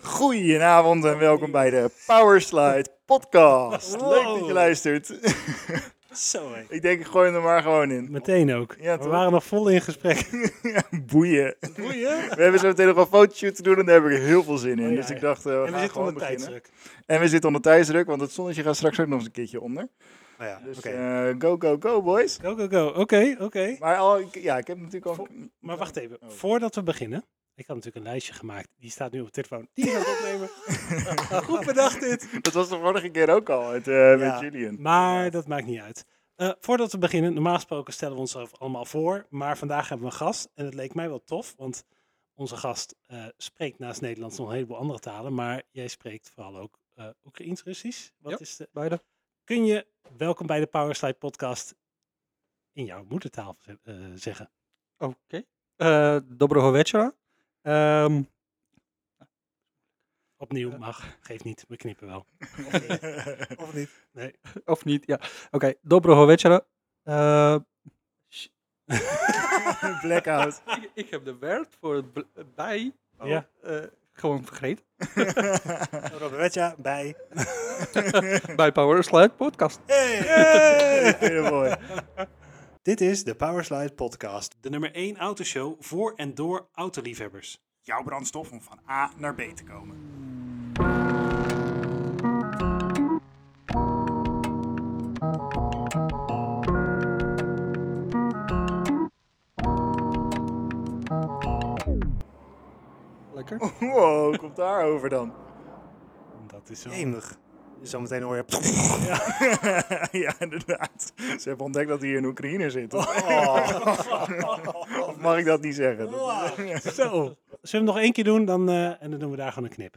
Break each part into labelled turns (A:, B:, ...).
A: Goedenavond en welkom bij de Powerslide podcast.
B: Wow.
A: Leuk dat je luistert.
B: Zo hé.
A: Ik denk ik gooi hem er maar gewoon in.
B: Meteen ook.
A: Ja,
B: we
A: toch?
B: waren nog vol in gesprek.
A: Boeien.
B: Boeien.
A: We hebben zo meteen nog een fotoshoot te doen en daar heb ik heel veel zin in.
B: Oh, ja,
A: Dus ik
B: ja.
A: dacht, eh, we
B: En we
A: gaan
B: zitten
A: gewoon
B: onder
A: beginnen.
B: tijdsdruk.
A: En we zitten onder tijdsdruk, want het zonnetje gaat straks ook nog eens een keertje onder.
B: Oh ja,
A: Dus
B: oké.
A: eh, go, go, go boys.
B: Go, go, go. Oké, oké.
A: Maar al, ik- ja, ik heb natuurlijk al...
B: Maar wacht even.
A: Oh.
B: Voordat we beginnen. Ik had natuurlijk een lijstje gemaakt. Die staat nu op de telefoon. Die ga ik opnemen. Goed bedacht dit.
A: Dat was de vorige keer ook al met, eh, met Julian.
B: Maar dat maakt niet uit. Eh, voordat we beginnen, normaal gesproken stellen we onszelf allemaal voor. Maar vandaag hebben we een gast. En het leek mij wel tof, want onze gast eh, spreekt naast Nederlands nog een heleboel andere talen. Maar jij spreekt vooral ook eh Oekraïens-Russisch. Wat
C: Ja.
B: is de
C: Beide.
B: kun je welkom bij de Powerslide podcast in jouw moedertaal ze- eh, zeggen.
C: Oké. Eh доброго вечера. Ehm,
B: Opnieuw mag, geeft niet, we knippen wel.
A: Of
B: niet? Nee.
C: of niet, ja. Oké, доброго вечера. Eh,
A: Blackout.
C: ik, ik heb de word voor het bl- bij
B: Oh. Ja.
C: eh, gewoon vergeten.
B: Robertja, bij.
C: Bij Power Slide Podcast.
A: Heel mooi.
D: Dit is de Powerslide Podcast.
B: De nummer 1 autoshow voor en door autoliefhebbers.
A: Jouw brandstof om van A naar B te komen.
C: Lekker.
A: Wow, komt daarover dan?
B: Dat is zo.
D: Eemig. Zometeen hoor je...
A: ja, inderdaad. Ze hebben ontdekt dat hij in Oekraïne zit. Of, of mag ik dat niet zeggen? Dat-
B: Zullen we hem nog één keer doen dan, eh, en dan doen we daar gewoon een knip.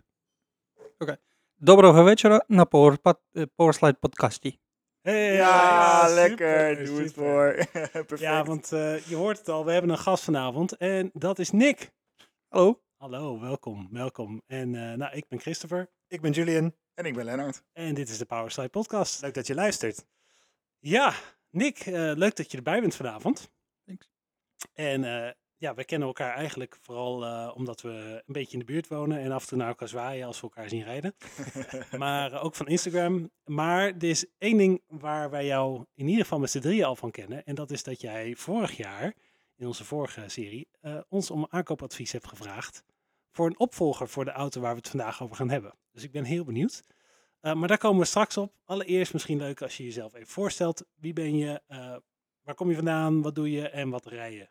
C: Доброго вечера на Power, Pod- eh, Power Slide Podcasti.
B: Hey,
A: ja,
B: super,
A: lekker. Doe het
B: super.
A: voor. Perfect.
B: Ja, want eh, je hoort het al, we hebben een gast vanavond en dat is Nick.
C: Hallo.
B: Hallo, welkom, welkom. En eh, nou, ik ben Christopher
D: Ik ben Julian.
A: En ik ben Lennart.
B: en dit is de Powerslide podcast.
D: Leuk dat je luistert.
B: Ja, Nick, eh, leuk dat je erbij bent vanavond.
C: Thanks.
B: En eh, ja, we kennen elkaar eigenlijk vooral eh, omdat we een beetje in de buurt wonen en af en toe naar elkaar zwaaien als we elkaar zien rijden. maar eh, ook van Instagram. Maar er is één ding waar wij jou in ieder geval met z'n drieën al van kennen. En dat is dat jij vorig jaar, in onze vorige serie, eh, ons om aankoopadvies hebt gevraagd voor een opvolger voor de auto waar we het vandaag over gaan hebben. Dus ik ben heel benieuwd. Eh, maar daar komen we straks op. Allereerst misschien leuk als je jezelf even voorstelt. Wie ben je? Eh, waar kom je vandaan? Wat doe je? En wat rij je?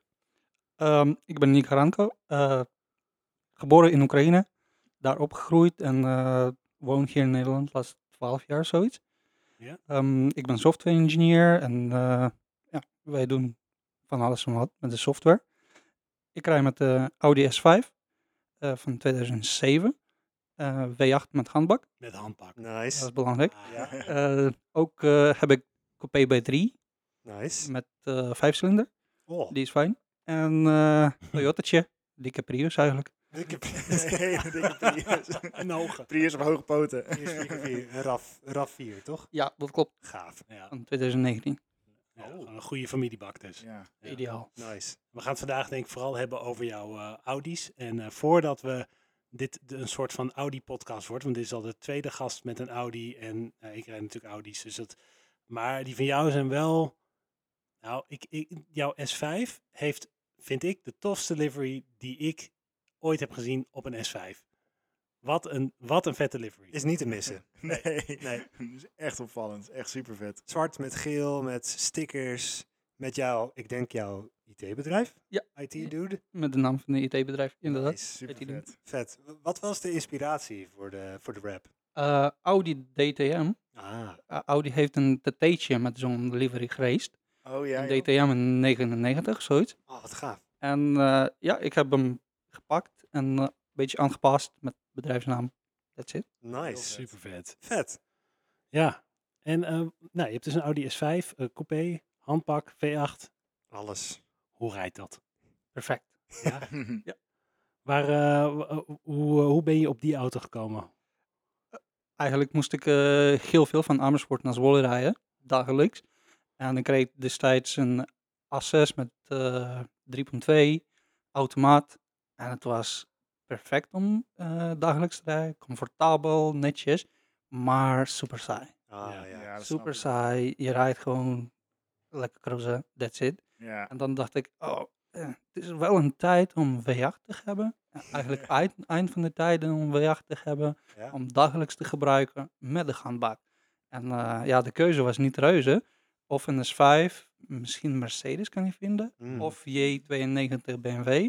C: Ehm, ik ben Nick Haranko. eh, geboren in Oekraïne. Daar opgegroeid en eh, woon hier in Nederland laatst 12 jaar, zoiets.
B: Ja.
C: Ehm, ik ben software engineer en eh, ja, wij doen van alles en wat met de software. Ik rij met de Audi S5 eh, van 2007. eh, W8 met handbak,
B: Met handpak.
C: dat is
D: Nice.
C: belangrijk.
B: Ah,
D: Ja.
C: Eh, ook eh, heb ik coupé B3
D: Nice.
C: met eh vijfcilinder,
B: Ah,
D: Oh.
C: die is fijn. En eh Toyota'tje, dikke Prius eigenlijk.
D: Ik heb
A: Hele dikke Prius.
B: Een ogen.
A: Prius op hoge poten.
D: eerst vier keer vier. Een RAF, RAF 4, toch?
C: Ja, dat klopt.
D: Gaaf. Oh.
B: Ja,
C: Van 2019.
B: ja, gewoon een goede familiebak dus.
A: Ja.
B: Ja.
C: Ideaal.
D: Nice.
B: We gaan het vandaag denk ik vooral hebben over jouw eh, Audi's. En eh, voordat we dit de- een soort van Audi-podcast wordt, want dit is al de tweede gast met een Audi en eh, ik rijd natuurlijk Audi's. Dus dat, maar die van jou zijn wel, nou, ik, ik, jouw S5 heeft, vind ik, de tofste livery die ik ooit heb gezien op een S5. Wat een, wat een vette livery.
D: Is niet te missen.
A: Nee.
D: Nee.
A: Dat is echt opvallend. Echt super vet.
D: Zwart met geel, met stickers. Met jou, ik denk jouw IT-bedrijf.
C: Ja.
D: IT-dude.
C: Met de naam van de IT-bedrijf, inderdaad.
D: Nice.
A: Super
C: Weet je
A: vet.
D: Vet. W- Wat was de inspiratie voor de, voor de rap?
C: Eh, Audi DTM.
D: Ah.
C: Eh, Audi heeft een TT'tje met zo'n livery gereest.
A: Oh ja.
C: Een
A: joh.
C: DTM in 99, zoiets.
D: Oh, wat gaaf.
C: En eh, ja, ik heb hem gepakt en eh, een beetje aangepast met bedrijfsnaam. That's it.
D: Nice.
B: Super vet.
D: Vet.
B: Ja. En eh, nou, je hebt dus een Audi S5, eh, coupé, handpak, V8.
D: Alles.
B: Hoe rijdt dat?
C: Perfect.
B: Waar, eh, w- eh, hoe, hoe ben je op die auto gekomen?
C: Eigenlijk moest ik eh, heel veel van Amersfoort naar Zwolle rijden, dagelijks. En ik reed destijds een A6 met eh, 3.2, automaat. En het was perfect om eh, dagelijks te rijden. Comfortabel, netjes, maar super saai.
D: Ah,
B: Ja.
D: ja.
A: Ja, dat snap
C: super
A: ik.
C: saai. Je rijdt gewoon lekker cruisen, that's it.
A: Ja.
C: En dan dacht ik, oh, eh, het is wel een tijd om V8 te hebben. En Eigenlijk eind, eind van de tijden om V8 te hebben,
D: Ja.
C: om dagelijks te gebruiken met de handbak. En eh, ja, de keuze was niet reuze. Of een S5, misschien Mercedes kan je vinden,
A: Mhm.
D: Mm.
C: of J92 BMW.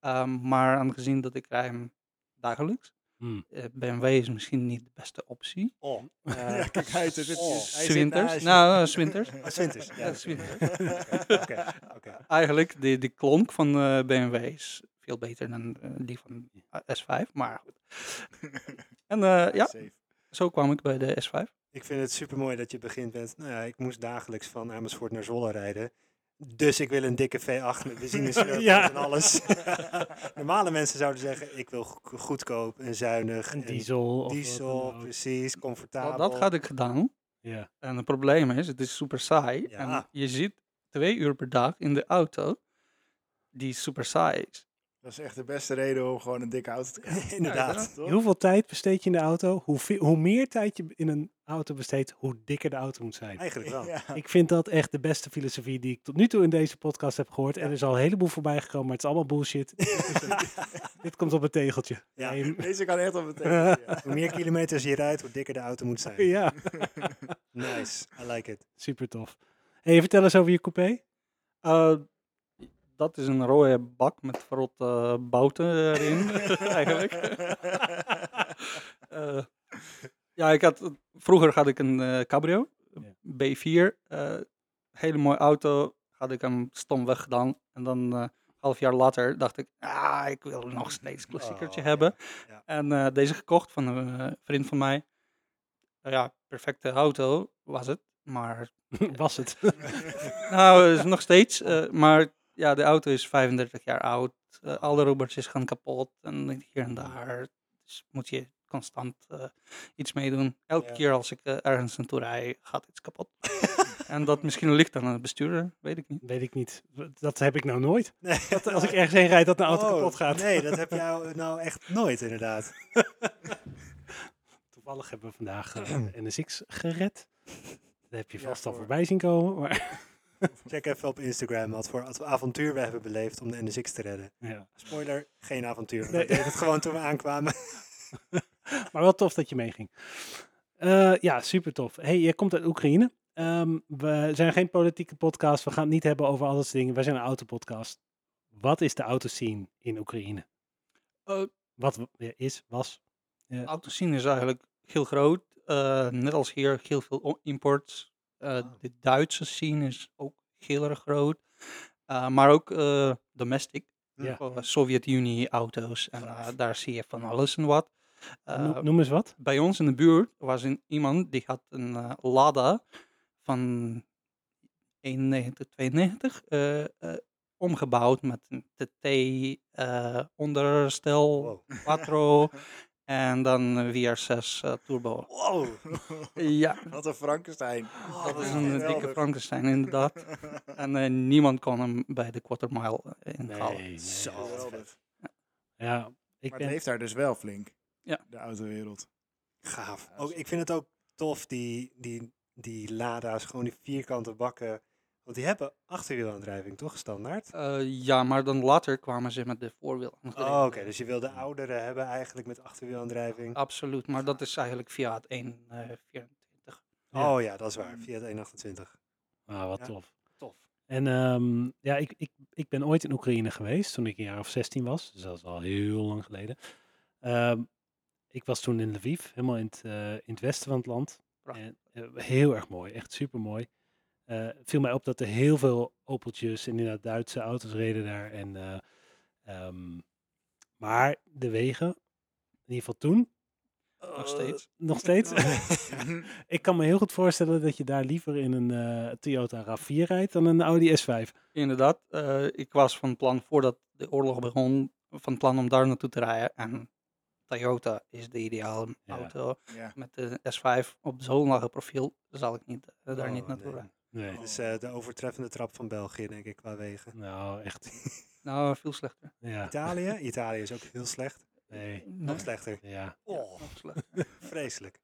C: Ehm, maar aangezien dat ik rij hem dagelijks,
B: Hmm.
C: eh, BMW is misschien niet de beste optie.
D: Oh.
C: Eh,
A: ja, kijk, hij zit,
D: Oh.
A: hij zit
C: Zwinters.
A: naast je. Oh,
C: Nou, eh, zwinters.
D: Ah, Swinters. Ja,
C: Ja, Swinters.
D: Oké, oké.
C: eigenlijk de, de klonk van eh, BMW is veel beter dan eh, die van eh, S5, maar goed. En eh, ja,
A: Safe.
C: zo kwam ik bij de S5.
D: Ik vind het super mooi dat je begint met. Nou ja, ik moest dagelijks van Amersfoort naar Zwolle rijden. Dus ik wil een dikke V8 met benzinesleutels
B: Ja.
D: en alles. Normale mensen zouden zeggen, ik wil go- goedkoop en zuinig.
B: Een
D: en
B: diesel. of wat
D: diesel,
B: dan ook.
D: precies, comfortabel.
C: Dat, dat had ik gedaan.
B: Ja.
C: En het probleem is, het is super saai. En
D: Ja.
C: je zit twee uur per dag in de auto die super saai is.
A: Dat is echt de beste reden om gewoon een dikke auto te kopen.
D: Inderdaad.
A: Toch?
B: Heel veel tijd besteed je in de auto. Hoe, ve- hoe meer tijd je in een auto besteedt, hoe dikker de auto moet zijn.
D: Eigenlijk wel.
A: Ja.
B: Ik vind dat echt de beste filosofie die ik tot nu toe in deze podcast heb gehoord. En er is al een heleboel voorbij gekomen, maar het is allemaal bullshit. Dit komt op een tegeltje.
D: Ja.
B: Nee,
A: Deze kan echt op het tekentje, ja.
D: Hoe meer kilometers je rijdt, hoe dikker de auto moet zijn.
B: ja,
D: Nice, I like it.
B: super tof. Hey, vertel eens over je coupé.
C: Eh, dat is een rode bak met verrotte bouten erin, eigenlijk. Eh, ja, ik had, vroeger had ik een eh, cabrio,
B: Ja.
C: B4. eh, hele mooie auto, had ik hem stom weggedaan. En dan eh half jaar later dacht ik, ah, ik wil nog steeds een klassiekertje
D: Oh,
C: hebben.
D: ja.
C: En eh, deze gekocht van een eh, vriend van mij. Eh, ja, perfecte auto was het, maar
B: Was het?
C: nou, is nog steeds. eh, maar ja, de auto is 35 jaar oud. Eh, alle robertjes gaan kapot. En hier en daar. Dus moet je constant eh, iets mee doen. Elke
D: Ja.
C: keer als ik eh, ergens naartoe rij, gaat iets kapot. en dat misschien ligt aan het bestuurder, weet ik niet.
B: Weet ik niet. Dat heb ik nou nooit.
D: Nee.
B: Dat als ik ergens heen rijd, dat een auto
D: Oh,
B: kapot gaat.
D: Nee, dat heb jij nou echt nooit inderdaad.
B: Toevallig hebben we vandaag eh, NSX gered. Dat heb je
A: Ja,
B: vast al
A: hoor.
B: voorbij zien komen. Maar,
D: Check even op Instagram wat voor av- avontuur we hebben beleefd om de NSX te redden.
B: ja.
D: Spoiler, geen avontuur. want
B: Nee.
D: We deden het gewoon toen we aankwamen.
B: maar wel tof dat je meeging. Eh, ja, super tof. hey, je komt uit Oekraïne. Ehm, we zijn geen politieke podcast. We gaan het niet hebben over al dat soort dingen. Wij zijn een autopodcast. Wat is de autoscene in Oekraïne?
C: Eh,
B: Wat w- ja, is, was.
C: De autoscene Eh, is eigenlijk heel groot. Eh, net als hier, heel veel o- imports. Eh, De Duitse scene is ook heel erg groot. Eh, maar ook eh, domestic.
B: Ja.
C: Eh, Sovjet-Unie auto's. En eh, daar zie je van alles en wat.
B: Noem-
C: Eh,
B: Noem eens wat.
C: bij ons in de buurt was een, iemand die had een eh, Lada van 91, 92 eh, eh, omgebouwd met een TT eh, onderstel,
D: Wow.
C: quattro en dan een VR6 eh, turbo.
D: Wow.
C: Ja,
A: Wat een Frankenstein.
C: dat is
A: is
C: een eh, dikke
A: geweldig.
C: Frankenstein inderdaad. En eh, niemand kon hem bij de quartermile eh, inhalen.
D: oh, Zo.
A: Geweldig.
B: Ja, ik
A: Maar
B: ben...
A: het heeft daar dus wel flink.
C: Ja.
A: De autowereld.
D: Gaaf. Ook, ik vind het ook tof, die, die, die Lada's, gewoon die vierkante bakken. Want die hebben achterwielaandrijving, toch? Standaard?
C: Eh, ja, maar dan later kwamen ze met de voorwiel. aangereden.
D: Oh, oké. Dus je wil de oudere hebben eigenlijk met
C: Oh,
D: achterwielaandrijving.
C: Absoluut, maar dat is eigenlijk eh, via het 124.
B: Ja.
D: Oh ja, dat is waar. Via het 128.
B: Ah, wat
D: Ja.
B: tof.
C: Tof.
B: En ehm, ja, ik, ik, ik ben ooit in Oekraïne geweest toen ik een jaar of 16 was. Dus dat is al heel lang geleden. Ehm, ik was toen in Lviv, helemaal in het, eh, in het westen van het land.
C: Prachtig.
B: En, eh, heel erg mooi, echt super mooi. viel mij op dat er heel veel Opeltjes en inderdaad Duitse auto's reden daar. En, eh, ehm, maar de wegen, in ieder geval toen.
C: Nog steeds.
B: eh, nog steeds. ik kan me heel goed voorstellen dat je daar liever in een eh, Toyota RAV4 rijdt dan een Audi S5.
C: Inderdaad, eh, ik was van plan voordat de oorlog begon, van plan om daar naartoe te rijden. En Toyota is de ideale
B: Ja.
C: auto.
A: ja.
C: Met de S5 op zo'n lage profiel zal ik niet, eh, daar
D: Oh,
C: niet naartoe
D: nee.
C: rijden.
B: Nee.
D: Dus eh, de overtreffende trap van België, denk ik, qua wegen.
B: Nou, echt.
C: Nou, veel slechter.
B: Ja.
D: Italië? Italië is ook heel slecht.
B: Nee.
D: Nog
C: Nee,
D: slechter.
B: Ja.
D: Oh,
C: nog slechter.
D: vreselijk.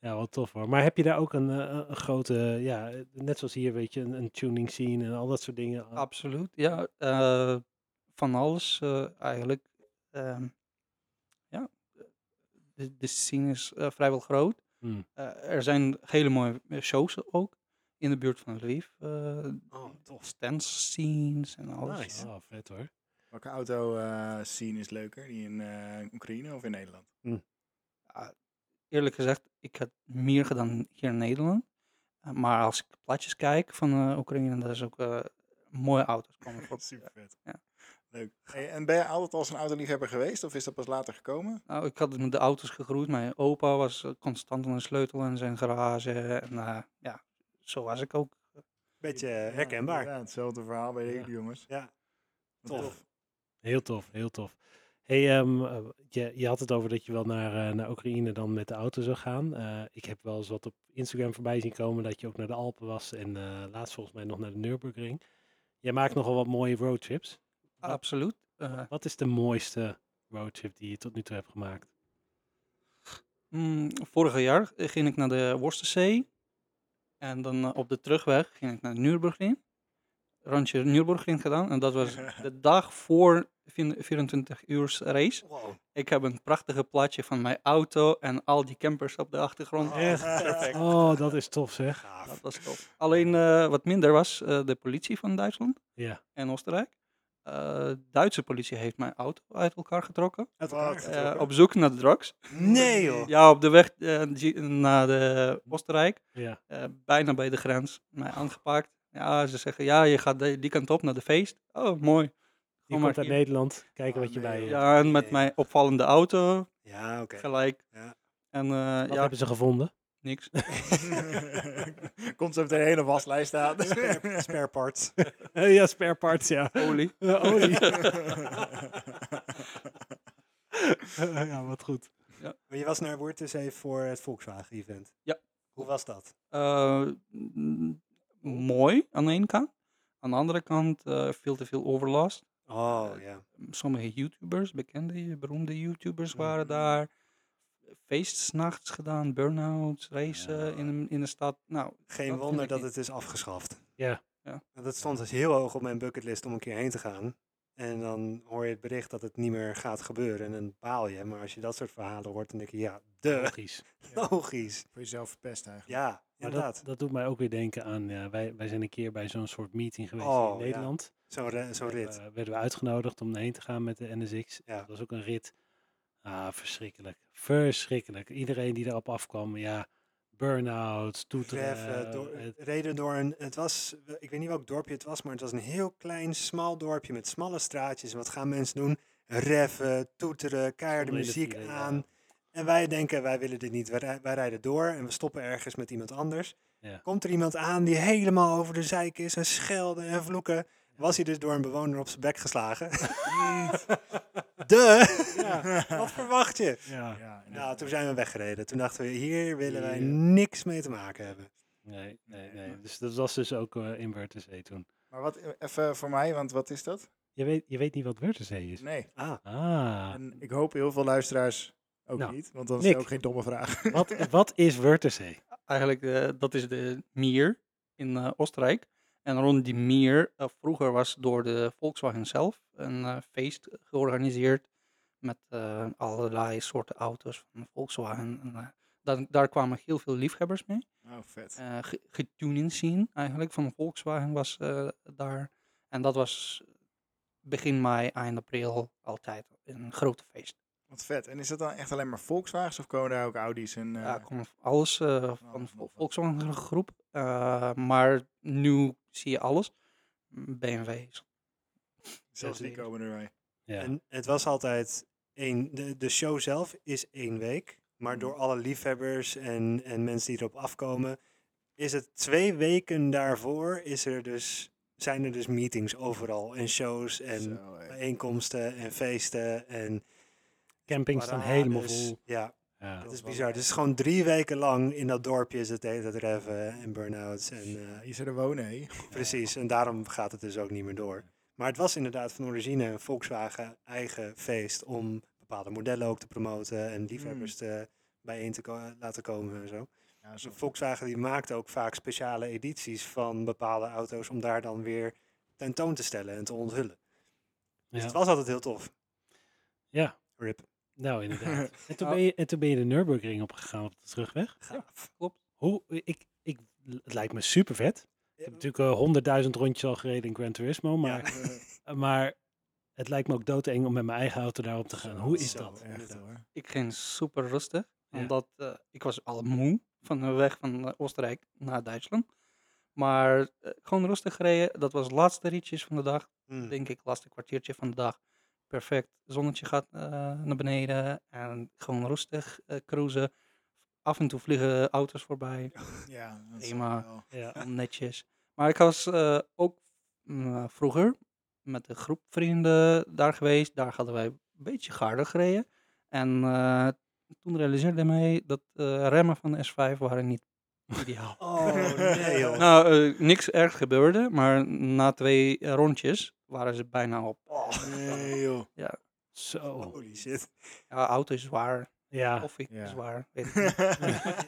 B: ja, wat tof hoor. Maar heb je daar ook een, eh, een grote, ja, eh, net zoals hier, weet je, een, een tuning scene en al dat soort dingen?
C: Absoluut, ja. eh, van alles eh, eigenlijk. Ehm, ja, de, de scene is eh, vrijwel groot.
B: Hmm.
C: Eh, er zijn hele mooie eh, shows ook in de buurt van Lviv. eh
D: Oh, tof.
C: dance scenes en alles.
D: Nice.
B: Oh, vet hoor.
A: Welke auto eh, scene is leuker? Die in eh, Oekraïne of in Nederland?
C: Eerlijk gezegd, ik had meer gedaan hier in Nederland. Eh, maar als ik plaatjes kijk van eh, Oekraïne, daar is ook eh, mooie auto's komen voor.
A: Super vet.
C: Ja.
A: Leuk. Hey, en ben je altijd al een autoliefhebber geweest of is dat pas later gekomen?
C: Nou, ik had met de auto's gegroeid. Mijn opa was eh, constant aan de sleutel in zijn garage. En eh, ja, zo was ik ook.
D: Beetje
A: Ja,
D: eh, herkenbaar.
A: inderdaad, hetzelfde verhaal bij de
B: Ja.
A: jongens.
D: Ja,
A: Wat
D: Tof.
B: Heel tof, heel tof. Hey, ehm, eh, je, je had het over dat je wel naar, eh, naar Oekraïne dan met de auto zou gaan. Eh, ik heb wel eens wat op Instagram voorbij zien komen dat je ook naar de Alpen was en eh, laatst volgens mij nog naar de Nürburgring. Jij maakt nogal wat mooie roadtrips. Wat-
C: Absoluut. Eh,
B: Wat is de mooiste roadtrip die je tot nu toe hebt gemaakt?
C: mm, vorig jaar ging ik naar de Worstenzee. En dan eh, op de terugweg ging ik naar Nürburgring. Randje Nürburgring gedaan. En dat was de dag voor 24 uur race.
D: wow.
C: Ik heb een prachtige plaatje van mijn auto en al die campers op de achtergrond.
D: Oh,
B: Echt?
D: Perfect.
B: Oh, dat is tof zeg.
D: Gaaf.
C: Dat was tof. Alleen eh, wat minder was eh, de politie van Duitsland
B: Ja.
C: en Oostenrijk. Eh, Duitse politie heeft mijn auto uit elkaar getrokken.
D: Uit
A: Wat?
D: elkaar
C: eh,
D: getrokken.
C: op zoek naar de drugs.
D: Nee, joh.
C: Ja, op de weg eh, die- naar de Oostenrijk.
B: Ja.
C: eh, bijna bij de grens. Mij aangepakt. Ja, ze zeggen, ja, je gaat de- die kant op naar de feest. Oh,
B: Je
C: mooi. Kom
B: komt uit
C: hier.
B: Nederland, kijken
D: Ah,
B: wat je
D: nee,
B: bij eh, je hebt.
C: Ja, en met
D: Nee.
C: mijn opvallende auto
D: Ja, oké.
C: gelijk.
D: Ja.
C: En eh,
B: Wat
C: ja,
B: hebben ze gevonden?
C: niks.
A: tof. Komt zo meteen een hele waslijst staan.
D: Spare, spare parts.
B: ja, spare parts, ja.
C: Olie.
B: Eh, olie. ja, wat goed.
D: Maar je was naar Woert dus even voor het Volkswagen-event.
C: Ja.
D: Hoe was dat?
C: Eh, m- mooi aan de ene kant. Aan de andere kant eh, veel te veel overlast.
D: Oh, ja.
C: Sommige YouTubers, bekende, beroemde YouTubers waren
A: Mhm.
C: daar. Feests nachts gedaan, burn-outs, racen in, de- in de stad. Nou,
D: Geen
C: Dat vind
D: wonder
C: ik
D: dat
C: niet.
D: het is afgeschaft.
B: Ja.
C: Ja.
D: Want Dat stond dus heel hoog op mijn bucketlist om een keer heen te gaan. En dan hoor je het bericht dat het niet meer gaat gebeuren. En dan baal je. Maar als je dat soort verhalen hoort, dan denk je, ja, de
B: Logisch.
D: logisch.
A: Voor jezelf verpest eigenlijk.
D: Ja,
B: Maar dat,
D: inderdaad.
B: dat doet mij ook weer denken aan, ja, wij, wij zijn een keer bij zo'n soort meeting geweest
D: Oh,
B: in
D: ja.
B: Nederland.
D: Zo'n re- zo'n rit.
B: Eh, werden we uitgenodigd om heen te gaan met de NSX.
D: Ja.
B: Dat was ook een rit. Ah, verschrikkelijk. Verschrikkelijk. Iedereen die erop afkwam, ja, burn-out, toeteren.
D: Treffen, door,
B: eh,
D: reden door een, het was, ik weet niet welk dorpje het was, maar het was een heel klein, smal dorpje met smalle straatjes. En wat gaan mensen doen? Reffen, toeteren, keiharde
B: Zonder
D: muziek
B: hele-
D: aan. En wij denken, wij willen dit niet, wij, rij- wij rijden door en we stoppen ergens met iemand anders.
B: Ja.
D: Komt er iemand aan die helemaal over de zeik is en schelden en vloeken. Was hij dus door een bewoner op zijn bek geslagen? De!
B: Ja.
D: Wat verwacht je?
B: ja.
A: Ja, inderdaad.
D: Nou, toen zijn we weggereden. Toen dachten we, hier willen wij
B: Hier.
D: niks mee te maken hebben.
B: Nee, nee,
A: Nee,
B: nee.
A: maar-
B: Dus dat was dus ook eh in Wörthersee toen.
A: Maar wat, even voor mij, want wat is dat?
B: Je weet, je weet niet wat Wörthersee is?
A: Nee.
D: Ah,
B: Ah,
A: En ik hoop heel veel luisteraars ook
B: Nou,
A: niet, want dan is
B: Nick.
A: het ook geen domme vraag.
B: wat, wat is Wörthersee?
C: eigenlijk, eh, dat is de Mier in eh, Oostenrijk. En rond die Mier, eh, vroeger was door de Volkswagen zelf een eh, feest georganiseerd met eh, allerlei soorten auto's van Volkswagen. En, eh, dan, daar kwamen heel veel liefhebbers mee.
A: Oh, vet.
C: eh ge- getuning zien eigenlijk van Volkswagen was eh, daar. En dat was begin mei, eind april altijd een grote feest.
A: Wat vet. En is dat dan echt alleen maar Volkswagens of komen daar ook Audi's en... eh,
C: Daar kwam alles eh, van
A: nog
C: Vol-
A: wat.
C: Volkswagen groep. eh, maar nu zie je alles. BMW's.
A: zelfs die
C: zeker.
A: komen erbij.
B: Ja.
D: En het was altijd één. De, de show zelf is één week. Maar door alle liefhebbers en, en mensen die erop afkomen, is het twee weken daarvoor is er dus, zijn er dus meetings overal. En shows en
A: Zo, eh. hé.
D: bijeenkomsten en feesten en
B: Campings staan
D: parades.
B: helemaal vol.
D: Ja,
B: Ja.
D: Dat is bizar. Dus gewoon drie weken lang in dat dorpje is het de hele tijd reffen en burn-outs. En, eh,
A: Hier zullen wonen, hé.
D: Precies, en daarom gaat het dus ook niet meer door. Maar het was inderdaad van origine een Volkswagen eigen feest om bepaalde modellen ook te promoten en liefhebbers
B: Hmm.
D: te, bijeen te ko- laten komen en zo.
A: Ja,
D: Dus
A: zo.
D: een Volkswagen die maakt ook vaak speciale edities van bepaalde auto's om daar dan weer tentoon te stellen en te onthullen. Dus het
B: Ja.
D: was altijd heel tof.
B: Ja.
D: Rip.
B: Nou, inderdaad. En toen,
C: Nou.
B: ben je, en toen ben je de Nürburgring opgegaan op de terugweg.
D: Gaaf.
B: Hoe, ik, ik, het lijkt me super vet. Ik heb natuurlijk eh, honderdduizend rondjes al gereden in Gran Turismo, maar, eh, maar het lijkt me ook doodeng om met mijn eigen auto daarop te gaan. Hoe is
D: Zo.
B: dat?
A: Echt hoor.
C: Ik ging super rustig,
B: Ja.
C: omdat eh, ik was al moe van de weg van eh, Oostenrijk naar Duitsland. Maar eh, gewoon rustig gereden, dat was het laatste ritjes van de dag.
D: Mm.
C: denk ik, laatste kwartiertje van de dag. Perfect. Zonnetje gaat eh, naar beneden en gewoon rustig eh, cruisen. Af en toe vliegen auto's voorbij,
A: Ja, dat is
C: Prima.
A: wel-
B: Ja.
C: om netjes. Maar ik was eh, ook mm, eh, vroeger met een groep vrienden daar geweest. Daar hadden wij een beetje harder gereden. En eh, toen realiseerde mij dat eh, remmen van de S5 waren niet ideaal.
D: Oh nee joh.
C: nou, eh, niks erg gebeurde, maar na twee eh, rondjes waren ze bijna op.
D: Oh,
A: Nee, joh.
B: Zo.
D: Holy shit.
C: Ja, auto is zwaar.
B: Ah, Ja,
C: Of ik
A: ja.
C: zwaar. Weet ik niet.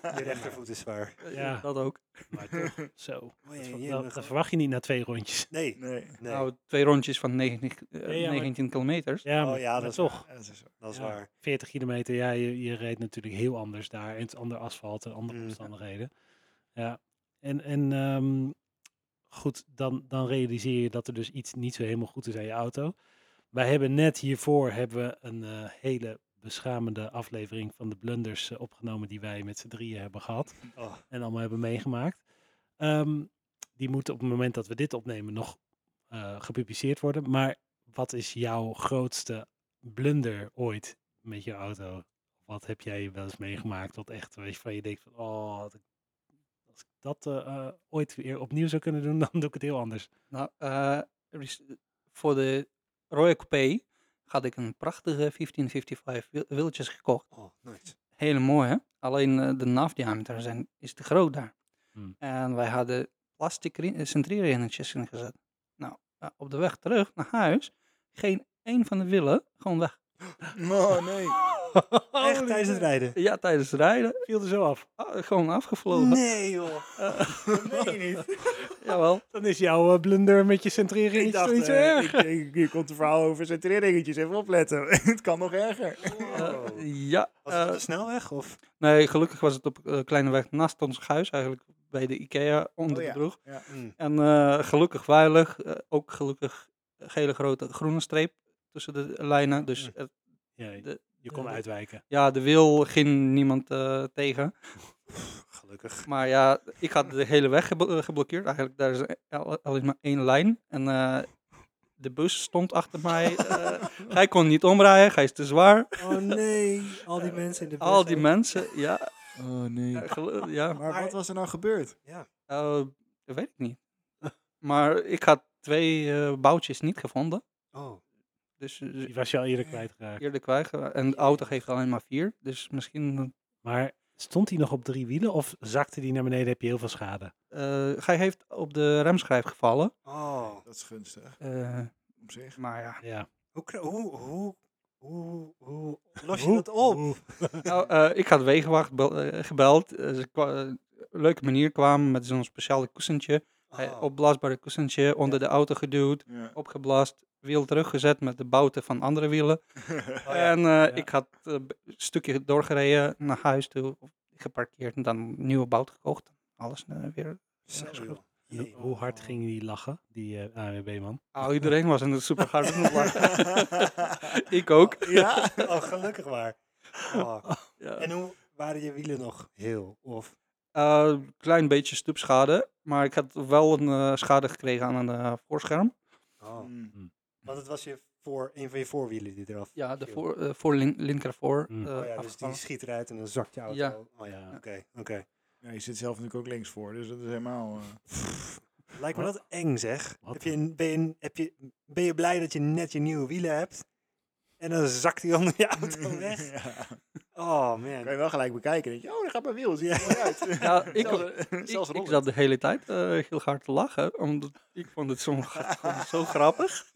D: Je rechtervoet is zwaar.
C: Eh,
B: Ja.
C: Dat ook.
B: maar toch. Zo.
D: Oh,
B: Dat,
D: jee,
B: ver-
D: jee,
B: dat-
D: maar
B: dat
D: gewoon-
B: verwacht je niet na twee rondjes.
D: Nee,
A: Nee,
D: nee.
C: Nou, twee rondjes van 19, eh,
B: Nee, ja, maar-
C: 19 kilometer.
B: Ja,
D: Oh
B: maar,
D: ja,
B: maar
D: dat is
B: toch.
A: dat is
D: dat is
B: Ja.
D: waar.
B: 40 kilometer, ja, je, je reed natuurlijk heel anders daar. En het is ander asfalt en andere
D: Mm.
B: omstandigheden. Ja. En, en ehm, goed, dan, dan realiseer je dat er dus iets niet zo helemaal goed is aan je auto. Wij hebben net hiervoor hebben we een eh, hele beschamende aflevering van de blunders eh, opgenomen die wij met z'n drieën hebben gehad.
D: Oh.
B: En allemaal hebben meegemaakt. Ehm, die moeten op het moment dat we dit opnemen nog eh, gepubliceerd worden. Maar wat is jouw grootste blunder ooit met je auto? Wat heb jij wel eens meegemaakt? Wat echt, weet je, van je denkt van, oh, had ik- als ik dat eh, eh, ooit weer opnieuw zou kunnen doen, dan doe ik het heel anders.
C: Nou, eh, er is- voor de Royal Coupé had ik een prachtige 1555 wiel- wieltjes gekocht.
D: Oh, nice.
C: Hele mooi, hè? Alleen eh, de naafdiameter zijn, is te groot daar.
B: Hmm.
C: En wij hadden plastic ri- eh, centrierrinnetjes ingezet. Nou, eh, op de weg terug naar huis, geen één van de wielen, gewoon weg.
A: Oh, nee.
D: Echt tijdens het rijden?
C: Ja, tijdens het rijden,
B: viel er zo af.
C: ah, gewoon afgevlogen.
D: Nee joh.
A: Nee, niet.
C: Jawel.
B: Dan is jouw eh, blunder met je centrering
A: Ik
B: niet zo
A: dacht,
B: niet zo
A: eh,
B: erg.
A: ik denk, hier komt een verhaal over zijn trillingetjes. Even opletten. het kan nog erger.
C: Eh, ja.
D: Oh. Was het op
C: eh,
D: de snelweg of?
C: nee, gelukkig was het op eh, kleine weg naast ons huis, eigenlijk bij de IKEA onder
A: Oh ja.
C: de brug.
D: Mm.
C: En eh, gelukkig veilig, eh, ook gelukkig een hele grote groene streep tussen de lijnen. Dus
D: Mm.
C: eh,
B: Ja,
C: de-
B: je kon
C: de-
B: uitwijken.
C: ja, de wil ging niemand eh, tegen.
D: Gelukkig.
C: Maar ja, ik had de hele weg geblo- eh, geblokkeerd. Eigenlijk, daar is eh, al- alleen maar één lijn. En eh, de bus stond achter mij. eh, hij kon niet omrijden, hij is te zwaar.
D: Oh nee, al die mensen in de bus.
C: Al die mensen, ja.
A: Oh, nee.
C: ja, gelu- ja.
A: Maar wat was er nou gebeurd?
C: Eh, dat weet ik niet. Maar ik had twee eh, boutjes niet gevonden.
D: Oh,
C: Dus eh,
B: Die was je al eerder kwijtgeraakt.
C: eerder kwijgen. En de auto heeft alleen maar vier. Dus misschien...
B: Maar stond hij nog op drie wielen of zakte hij naar beneden? Heb je heel veel schade?
C: eh hij heeft op de remschijf gevallen.
D: oh.
A: Dat is gunstig,
C: Eh,
A: op zich.
C: maar ja.
B: Ja.
D: Hoe, kra- hoe, hoe, hoe, hoe los je
B: Hoe-
D: dat op?
B: hoe-
C: Nou, eh, ik had Wegenwacht bel- eh, gebeld. Eh, ze kwa- eh, leuke manier kwamen met zo'n speciale kussentje. Hij-
D: Oh.
C: opblaasbare kussentje onder de auto geduwd.
A: Ja.
C: Opgeblast. Wiel teruggezet met de bouten van andere wielen.
D: Oh ja.
C: En eh, ik had eh, een stukje doorgereden naar huis toe. Geparkeerd en dan een nieuwe bout gekocht. Alles eh, weer.
D: Zo,
C: is goed.
D: joh.
B: En
D: Jee,
B: Hoe hard
D: man.
B: ging die lachen, die eh, ANWB-man?
C: Oh,
D: Ah.
C: iedereen was in de super hard aan het lachen. ik ook.
A: ja?
D: Oh, gelukkig maar. Oh.
C: Ja.
D: En hoe waren je wielen nog heel? Of
C: Eh, klein beetje stupschade, maar ik had wel een eh, schade gekregen aan een eh, voorscherm. Hmm.
D: oh.
A: Mm.
D: want het was je voor een van je voorwielen die eraf.
C: Ja, de
D: viel.
C: voor, eh, voor lin- linkervoor.
B: Mm.
C: eh,
D: Oh ja, dus die
C: afgevallen.
D: schiet eruit en dan zakt je auto.
C: Ja.
D: Oh ja,
B: Ja.
D: oké, oké.
A: Ja, je zit zelf natuurlijk ook links voor, dus dat is helemaal... eh,
D: Lijkt me dat eng zeg.
B: Wat
D: Heb je, een- ben, je, een- heb je, ben je blij dat je net je nieuwe wielen hebt? En dan zakt die onder je auto weg.
A: ja.
D: Oh
A: kan
D: man.
A: je wel gelijk bekijken. Denk je, oh, daar gaat mijn wiel. Zie je mooi uit.
C: Ja, ik-
A: Zelfs- zelfs
C: Ik, ik
A: Robert.
C: zat de hele tijd eh, heel hard te lachen, omdat ik vond het zo, gewoon zo grappig.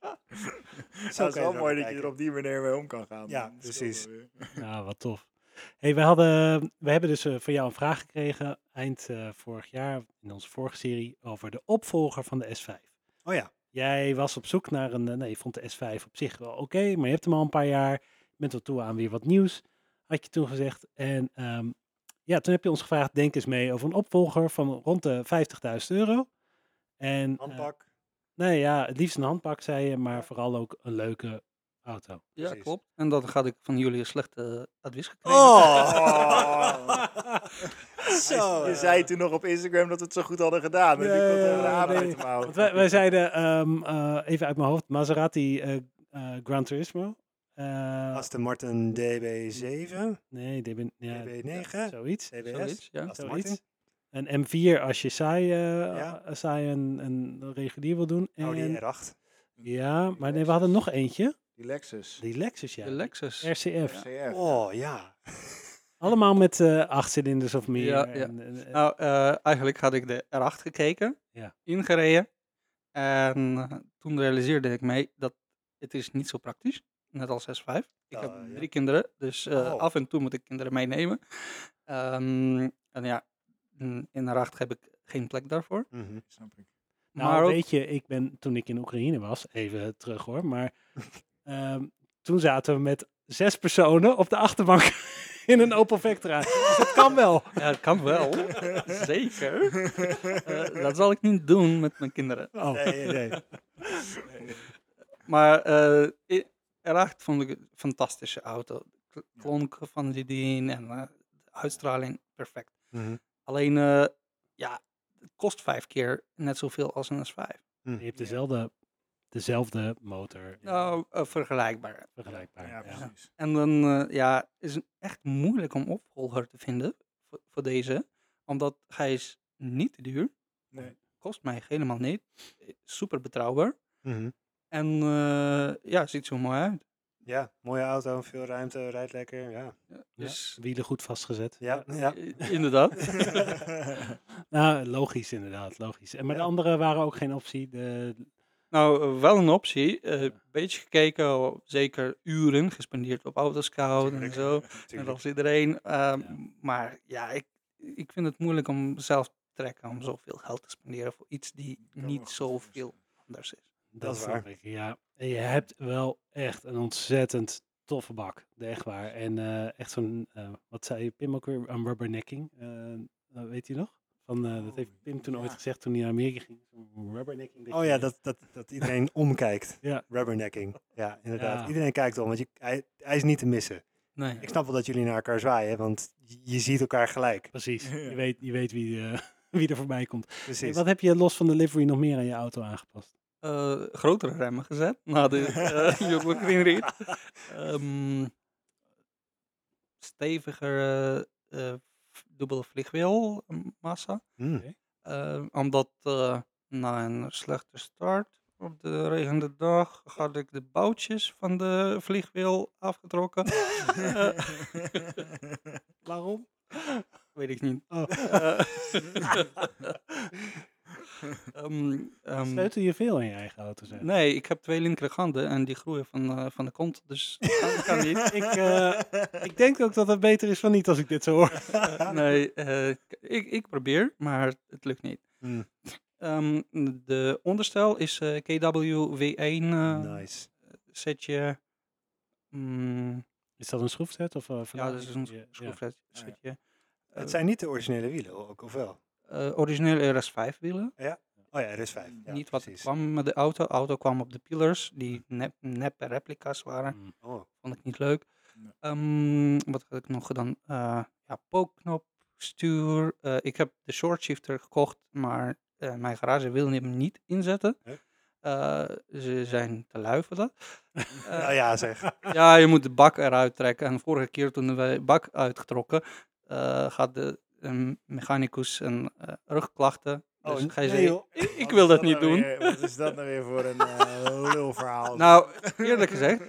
A: Ja, het is
D: kan je
A: wel
D: het
A: mooi dat je er
D: ook bekijken.
A: op die manier mee om kan gaan.
D: Ja,
A: Dat is
D: precies.
A: wel weer-
B: Nou, wat tof. Hey, we, hadden, we hebben dus eh, van jou een vraag gekregen eind eh, vorig jaar in onze vorige serie over de opvolger van de S5.
D: Oh ja.
B: Jij was op zoek naar een, eh, nee, je vond de S5 op zich wel oké, maar je hebt hem al een paar jaar, je bent wel toe aan weer wat nieuws, had je toen gezegd. En ehm, ja, toen heb je ons gevraagd, denk eens mee over een opvolger van rond de 50.000 euro. En, eh,
D: Handpak.
B: nee, ja, het liefst een handpak, zei je, maar vooral ook een leuke auto.
C: Ja,
D: Precies.
C: klopt. En dan had ik van jullie een slechte advies gekregen.
D: Oh. Zo.
A: Je
D: eh.
A: zei toen nog op Instagram dat we het zo goed hadden gedaan. Nee,
B: Nee,
A: ik er de hamer
B: nee.
A: uit de mouw.
B: Want wij, wij zeiden, ehm, eh, even uit mijn hoofd, Maserati eh eh, Gran Turismo. Eh,
D: Aston Martin DB7,
B: nee, die ben, ja,
D: DB9,
B: zoiets.
D: DBS.
C: Zoiets, ja.
D: Aston Martin.
B: zoiets. Een M4 als je saai, eh,
D: Ja.
B: eh, saai een, een regulier wil doen. En,
D: Audi R8.
B: ja, maar nee, we hadden nog eentje.
A: Die Lexus.
B: Die Lexus, ja.
C: De Lexus.
B: RCF.
A: RCF.
D: Oh ja.
B: Allemaal met eh, acht cilinders of meer.
C: Ja, ja.
B: En, en- en-
C: Nou, eh, eigenlijk had ik de R8 gekeken,
B: Ja.
C: ingereden. En eh, toen realiseerde ik mij dat het is niet zo praktisch, net als S5. Ik
D: Ah,
C: heb
D: ja.
C: drie kinderen, dus eh,
D: Oh.
C: af en toe moet ik kinderen meenemen. Ehm, en ja, in in R8 heb ik geen plek daarvoor.
D: Mhm.
A: Snap ik.
B: Nou,
C: maar ook,
B: weet je, ik ben toen ik in Oekraïne was, even terug hoor, maar ehm, toen zaten we met zes personen op de achterbank in een Opel Vectra. Dus dat kan wel.
C: ja, het kan wel, zeker. Eh, dat zal ik niet doen met mijn kinderen.
B: Oh.
D: Nee, nee, nee.
C: Maar eh i- R8 vond ik een fantastische auto. Kl- Klonk van die ding en eh, de uitstraling perfect.
D: Mhm.
C: Alleen, eh, ja, het kost vijf keer net zoveel als een S5.
B: Je hebt dezelfde, dezelfde motor
C: Nou, eh, vergelijkbaar.
B: vergelijkbaar.
A: Ja,
B: Ja,
A: precies.
C: En dan, eh, ja, is het echt moeilijk om opvolger te vinden voor, voor deze. Omdat hij is niet te duur.
A: Nee.
C: Kost mij helemaal niet. Eh, Super betrouwbaar.
D: Mhm.
C: En eh, ja, ziet zo mooi uit.
D: Ja, mooie auto, veel ruimte, rijdt lekker. Ja.
C: Dus
B: Wielen goed vastgezet.
D: Ja, ja.
C: eh, inderdaad.
B: Nou, logisch inderdaad, logisch. En, maar de andere waren ook geen optie. De,
C: Nou, eh, wel een optie. Eh, Een beetje gekeken, oh, zeker uren gespendeerd op autoscout en
D: Tuurlijk.
C: zo. Net
D: Tuurlijk.
C: als iedereen. ehm, Maar ja, ik, ik vind het moeilijk om zelf te trekken om zoveel geld te spenderen voor iets die
A: Kan me
C: niet
D: dus
A: goed
C: zoveel
A: voorstellen.
C: anders is.
B: dat
D: is
B: snap ik, ja. En je hebt wel echt een ontzettend toffe bak, de echt waar. En eh, echt zo'n, eh, wat zei je, Pim ook weer, een rubbernecking, eh, eh, weet je nog? Van, eh, dat
A: Oh,
B: heeft Pim toen ooit
A: ja.
B: gezegd toen hij naar Amerika ging. Zo'n Rubbernecking.
D: Oh ja,
B: je-
D: dat, dat, dat iedereen omkijkt.
B: Ja.
D: Rubbernecking. Ja, inderdaad.
B: Ja.
D: Iedereen kijkt om, want je, hij, hij is niet te missen.
C: Nee.
D: Ik snap wel dat jullie naar elkaar zwaaien, want je- je ziet elkaar gelijk.
B: Precies,
A: Ja.
B: je weet, je weet wie, eh, wie er voorbij komt. Hey,
D: Precies.
B: wat heb je los van de livery nog meer aan je auto aangepast?
C: eh, grotere remmen gezet na de eh, Jumbo Green Read. Ehm, steviger eh, eh, v- dubbele vliegwielmassa.
D: Mm.
C: Eh, omdat eh, na een slechte start op de regende dag had ik de boutjes van de vliegwiel afgetrokken. Eh,
B: Waarom?
C: weet ik niet.
B: Oh.
C: Eh, Ehm, ehm,
B: Sleutel je veel aan je eigen auto? Zeg.
C: nee, ik heb twee linkerhanden en die groeien van, eh, van de kont, dus dat kan niet.
B: Ik, eh, ik denk ook dat het beter is van niet als ik dit zo hoor.
C: Nee, eh, k- ik, ik probeer, maar het lukt niet.
D: Mm.
C: Ehm, de onderstel is eh, KWW1 eh,
D: Nice.
C: setje. Mm,
B: Is dat een schroefzet? Of, eh,
C: ja,
B: verlaag-
C: dat is een
B: Ja, ja.
C: schroefretje.
A: ja.
C: setje.
B: Eh,
D: Het zijn niet de originele wielen ook, of wel?
C: Eh, origineel RS5 wielen.
D: Oh ja, RS5. Ja,
C: niet wat
D: precies.
C: kwam met de auto. auto kwam op de pillars, die nep, neppe replica's waren.
B: Mm.
D: Oh,
C: Vond ik niet leuk.
A: Nee.
C: Ehm, wat had ik nog gedaan? Eh, ja, pookknop, stuur. Eh, ik heb de shortshifter gekocht, maar eh, mijn garage wil hem niet inzetten.
D: Huh?
C: Eh, ze zijn te lui voor dat. Eh,
D: nou ja, zeg.
C: Ja, je moet de bak eruit trekken. En vorige keer toen we de bak ehm, uitgetrokken, eh had de eh, mechanicus een eh, rugklachten. Dus
D: Oh,
C: ga je
D: nee,
C: zeggen,
D: joh.
C: ik, ik
A: Wat
C: wil
A: is
C: dat niet
A: nou
C: doen.
A: weer- wat is dat nou weer voor een eh, lulverhaal?
C: Nou, eerlijk gezegd,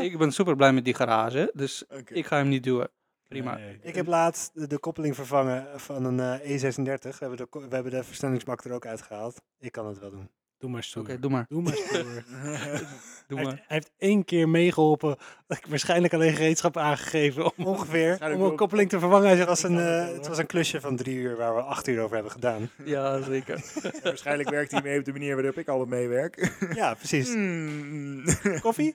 C: ik ben super blij met die garage. Dus
A: Oké.
C: ik ga hem niet duwen. Prima.
B: Nee.
D: Ik heb laatst de, de koppeling vervangen van een eh, E36. We hebben, de, ko- we hebben de versnellingsbak er ook uitgehaald. Ik kan het wel doen.
B: Doe maar
C: Oké,
B: stoer.
C: doe maar.
B: Doe maar stoer.
C: Doe
B: hij,
C: maar.
B: heeft, hij heeft één keer meegeholpen. Dat ik waarschijnlijk alleen gereedschap aangegeven om,
D: Ongeveer.
A: Zou ik
B: om een
A: ook-
B: koppeling te vervangen. Hij
D: Het
B: zegt,
D: was,
B: "Ik
D: een,
B: kan
D: eh,
B: het wel,
D: het
B: hoor."
D: was een klusje van drie uur waar we acht uur over hebben gedaan.
C: Ja, zeker.
A: Waarschijnlijk werkt hij mee op de manier waarop ik altijd meewerk.
D: Ja, precies.
A: Hmm.
D: Koffie?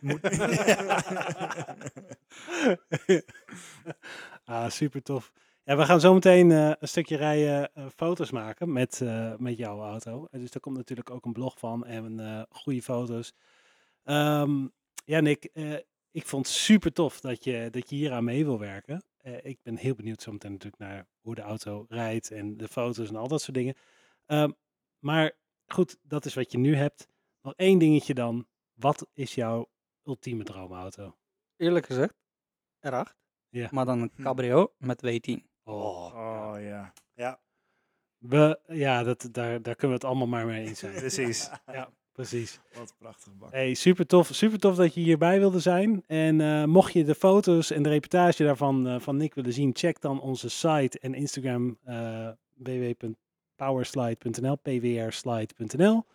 B: ah, super tof. Ja, we gaan zo meteen eh, een stukje rijden, eh, foto's maken met, eh, met jouw auto. En dus daar komt natuurlijk ook een blog van en eh, goede foto's. Ehm, ja, Nick, eh, ik vond het super tof dat je, dat je hier aan mee wil werken. Eh, ik ben heel benieuwd zometeen natuurlijk naar hoe de auto rijdt en de foto's en al dat soort dingen. Ehm, maar goed, dat is wat je nu hebt. Nog één dingetje dan. Wat is jouw ultieme droomauto?
C: Eerlijk gezegd, R8.
B: Ja.
C: Maar dan een
A: Hm.
C: cabrio met W10.
D: Oh,
A: Oh ja.
B: We, ja, dat, daar, daar kunnen we het allemaal maar mee eens zijn.
D: precies.
B: ja, precies.
A: Wat een prachtige bak.
B: Hey, super tof, super tof dat je hierbij wilde zijn. En eh, mocht je de foto's en de reportage daarvan eh, van Nick willen zien, check dan onze site en Instagram eh www.powerslide.nl, pwrslide.nl.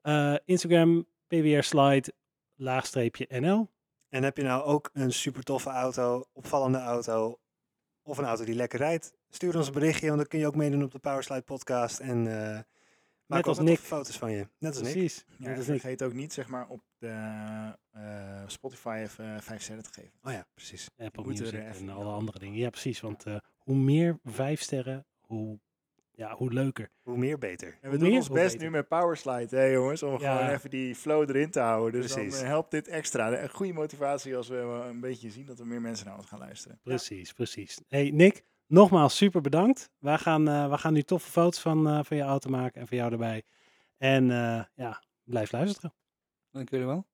B: Eh, Instagram pwrslide laagstreepje nl.
D: En heb je nou ook een super toffe auto, opvallende auto of een auto die lekker rijdt? Stuur ons een berichtje, want dan kun je ook meedoen op de Powerslide podcast. En eh maak
B: als
D: ook wat
B: Nick.
D: toffe foto's van je. Net als Nick.
B: Precies.
A: Ja,
B: dat
A: en
B: is Nick.
A: vergeet ook niet zeg maar op de, eh, Spotify even eh, vijf sterren te geven.
D: Oh ja, precies.
B: Apple
A: Moet er
B: Music
A: even,
B: en
A: ja.
B: alle andere dingen. Ja, precies. Want eh, hoe meer vijf sterren, hoe, ja, hoe leuker.
D: Hoe meer beter.
A: En we
B: meer,
A: doen ons
B: hoe
A: best
B: beter.
A: nu met Powerslide, hè jongens, om
B: Ja.
A: gewoon even die flow erin te houden. Dus
D: Precies.
A: dan eh, helpt dit extra. Een goede motivatie als we eh, een beetje zien dat er meer mensen naar ons gaan luisteren.
B: Precies, precies. Hey Nick, nogmaals super bedankt. Wij gaan, eh wij gaan nu toffe foto's van, eh, van je auto maken en van jou erbij. En eh, ja, blijf luisteren.
C: Dank jullie wel.